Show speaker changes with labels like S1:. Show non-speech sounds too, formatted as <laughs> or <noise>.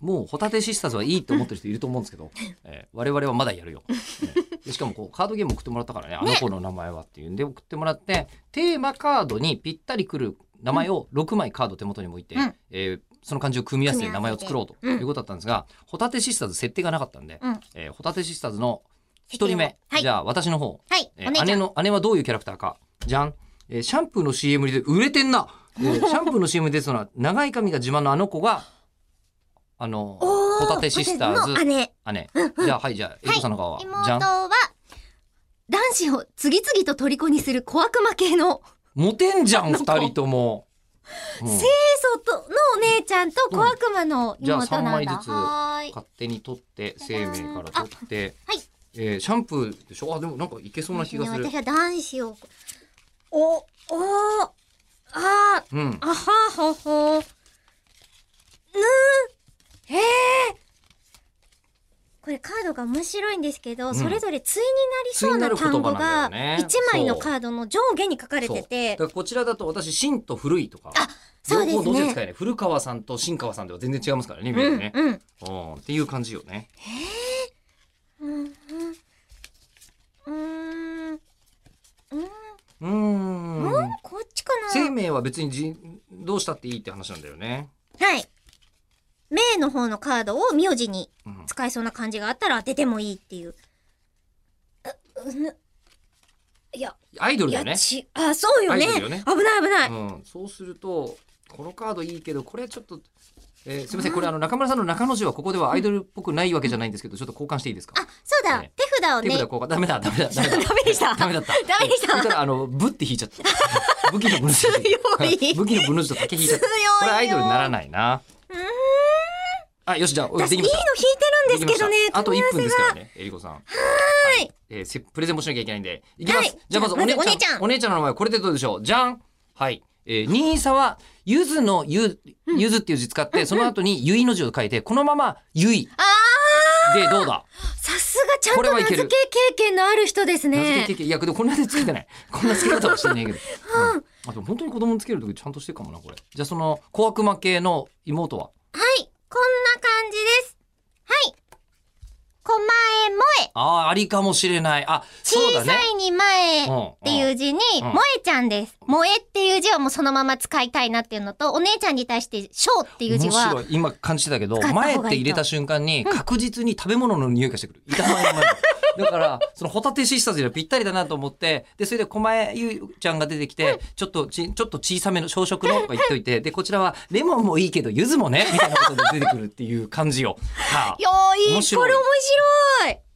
S1: もうホタテシスターズはいいと思ってる人いると思うんです
S2: <laughs>
S1: けど、えー我々はまだやるよ、えーでしかもこうカードゲーム送ってもらったからねあの子の名前はっていうんで送ってもらってテーマカードにぴったりくる名前を6枚カード手元に置いて、
S2: うん
S1: えーその漢字を組み合わせて名前を作ろうと
S2: 組み合わせてうん
S1: いうことだったんですが、ホタテシスターズ設定がなかったんで、
S2: うん
S1: えーホタテシスターズの1人目、
S2: はい
S1: じゃあ私の方、
S2: はい、
S1: え
S2: お姉
S1: ー
S2: ち
S1: 姉
S2: ゃん
S1: の姉はどういうキャラクターかじゃん、えーシャンプーの CM で売れてんな、え
S2: <laughs>
S1: ーシャンプーの CM で出てたのは長い髪が自慢のあの子があの
S2: お
S1: ホタテシスター
S2: ホタテ
S1: ズ
S2: の姉
S1: 姉じゃあはいじゃあエイコさんの側は、
S2: 妹
S1: じゃん
S2: は男子を次々と虜にする小悪魔系の
S1: モテんじゃん
S2: の子
S1: 二人とも、うん
S2: 清楚とのお姉ちゃんと小悪魔の
S1: うんじゃあ
S2: 妹なんだ、
S1: 三枚ずつ
S2: はーい
S1: 勝手に取って生命から取って
S2: あはい
S1: えーシャンプーでしょあでもなんかいけそうな気がする
S2: 私は男子をおおあー
S1: うん
S2: あはほほぬーへえこれカードが面白いんですけど、
S1: ん
S2: それぞれ対になりそうな
S1: 対になる言
S2: 単
S1: 葉
S2: 語
S1: なん
S2: が
S1: だよね
S2: 一枚のカードの上下に書かれて
S1: だ
S2: て
S1: からこちらだと私新と古いとか
S2: あそうです
S1: 両
S2: ね
S1: 方同時に使えない古川さんと新川さんでは全然違いますからねイメージね、
S2: うんうん
S1: うんっていう感じよね。
S2: うんうんうーん
S1: うーん。
S2: こっちか
S1: 生命は別にじどうしたっていいって話なんだよね。
S2: なはい名の方のカードを名字に
S1: うん
S2: 使えそうな感じがあったら当ててもいいっていう。ううぬいや、
S1: アイドル
S2: い
S1: だ
S2: や
S1: よね。
S2: ち、あ、そうよね。
S1: アイド
S2: 危
S1: ルよ
S2: ない
S1: ね
S2: 危ない。
S1: うん。そうするとこのカードいいけどこれちょっと。えーすみませんこれあの中村さんの中の字はここではアイドルっぽくないわけじゃないんですけどちょっと交換していいですか
S2: あ、そうだ、
S1: ね
S2: 手札を
S1: 手
S2: ね。
S1: 札交換ダメだダメだダメだ
S2: <laughs> ダメでした
S1: ダメだった
S2: ダメでした
S1: うんそれからあのブって引いちゃった <laughs> 武器のブヌジ
S2: 強い
S1: 武器のブヌジと竹引いちゃ
S2: 強
S1: っ
S2: い
S1: た
S2: よ。
S1: これアイドルにならないなあよしじゃあおで
S2: 私い
S1: き
S2: い
S1: ま
S2: の
S1: した
S2: 引いてるんですけどね。
S1: あと
S2: 組
S1: 1
S2: み合わせ
S1: 分ですからね、えりこさん。はい。えーせプレゼンもしなきゃいけないんで、いきます。
S2: はい
S1: じゃあまずお
S2: ま
S1: 姉
S2: ず
S1: ちゃん。
S2: お姉ちゃん
S1: お姉ちゃんの名前はこれでどうでしょうじゃんはい。えー、新沢は、ゆずのゆ、ゆずっていう字使って、その後にゆいの字を書いて、このままゆい。で、どうだ
S2: さすがちゃん
S1: ことれは
S2: 名
S1: いけ
S2: 付
S1: る
S2: け経験のある人です
S1: 名付
S2: ね
S1: け。的いや、でもこんなでついて
S2: <laughs>
S1: ない。こんな付け方はしてないけど。うん。あと本当に子供につけるときちゃんとしてるかもな、これ。じゃあその、小悪魔系の妹は
S2: はい、こんな感じです。はい。こまえもえ。
S1: ああ、ありかもしれない。あ、そうだ
S2: 小
S1: ね
S2: さ。いに
S1: っ
S2: 前。っていう字に、
S1: うん
S2: 萌えちゃんです。萌えっていう字はもうそのまま使いたいなっていうのと、お姉ちゃんに対して、しょうっていう字
S1: 面白
S2: は、
S1: い今感じてたけど
S2: 使った方がいい
S1: 前
S2: と
S1: って入れた瞬間に確実に食べ物の匂いがしてくる、板前の前にだからそのホタテシスターズにはぴったりだなと思ってでそれで狛江ゆうちゃんが出てきて、ちょっとちちょっと小さめの小食のとか言っといてでこちらはレモンもいいけど柚子もねみたいなことで出てくるっていう感じよ、はあ
S2: よーいい、
S1: 面白い
S2: これ面白い。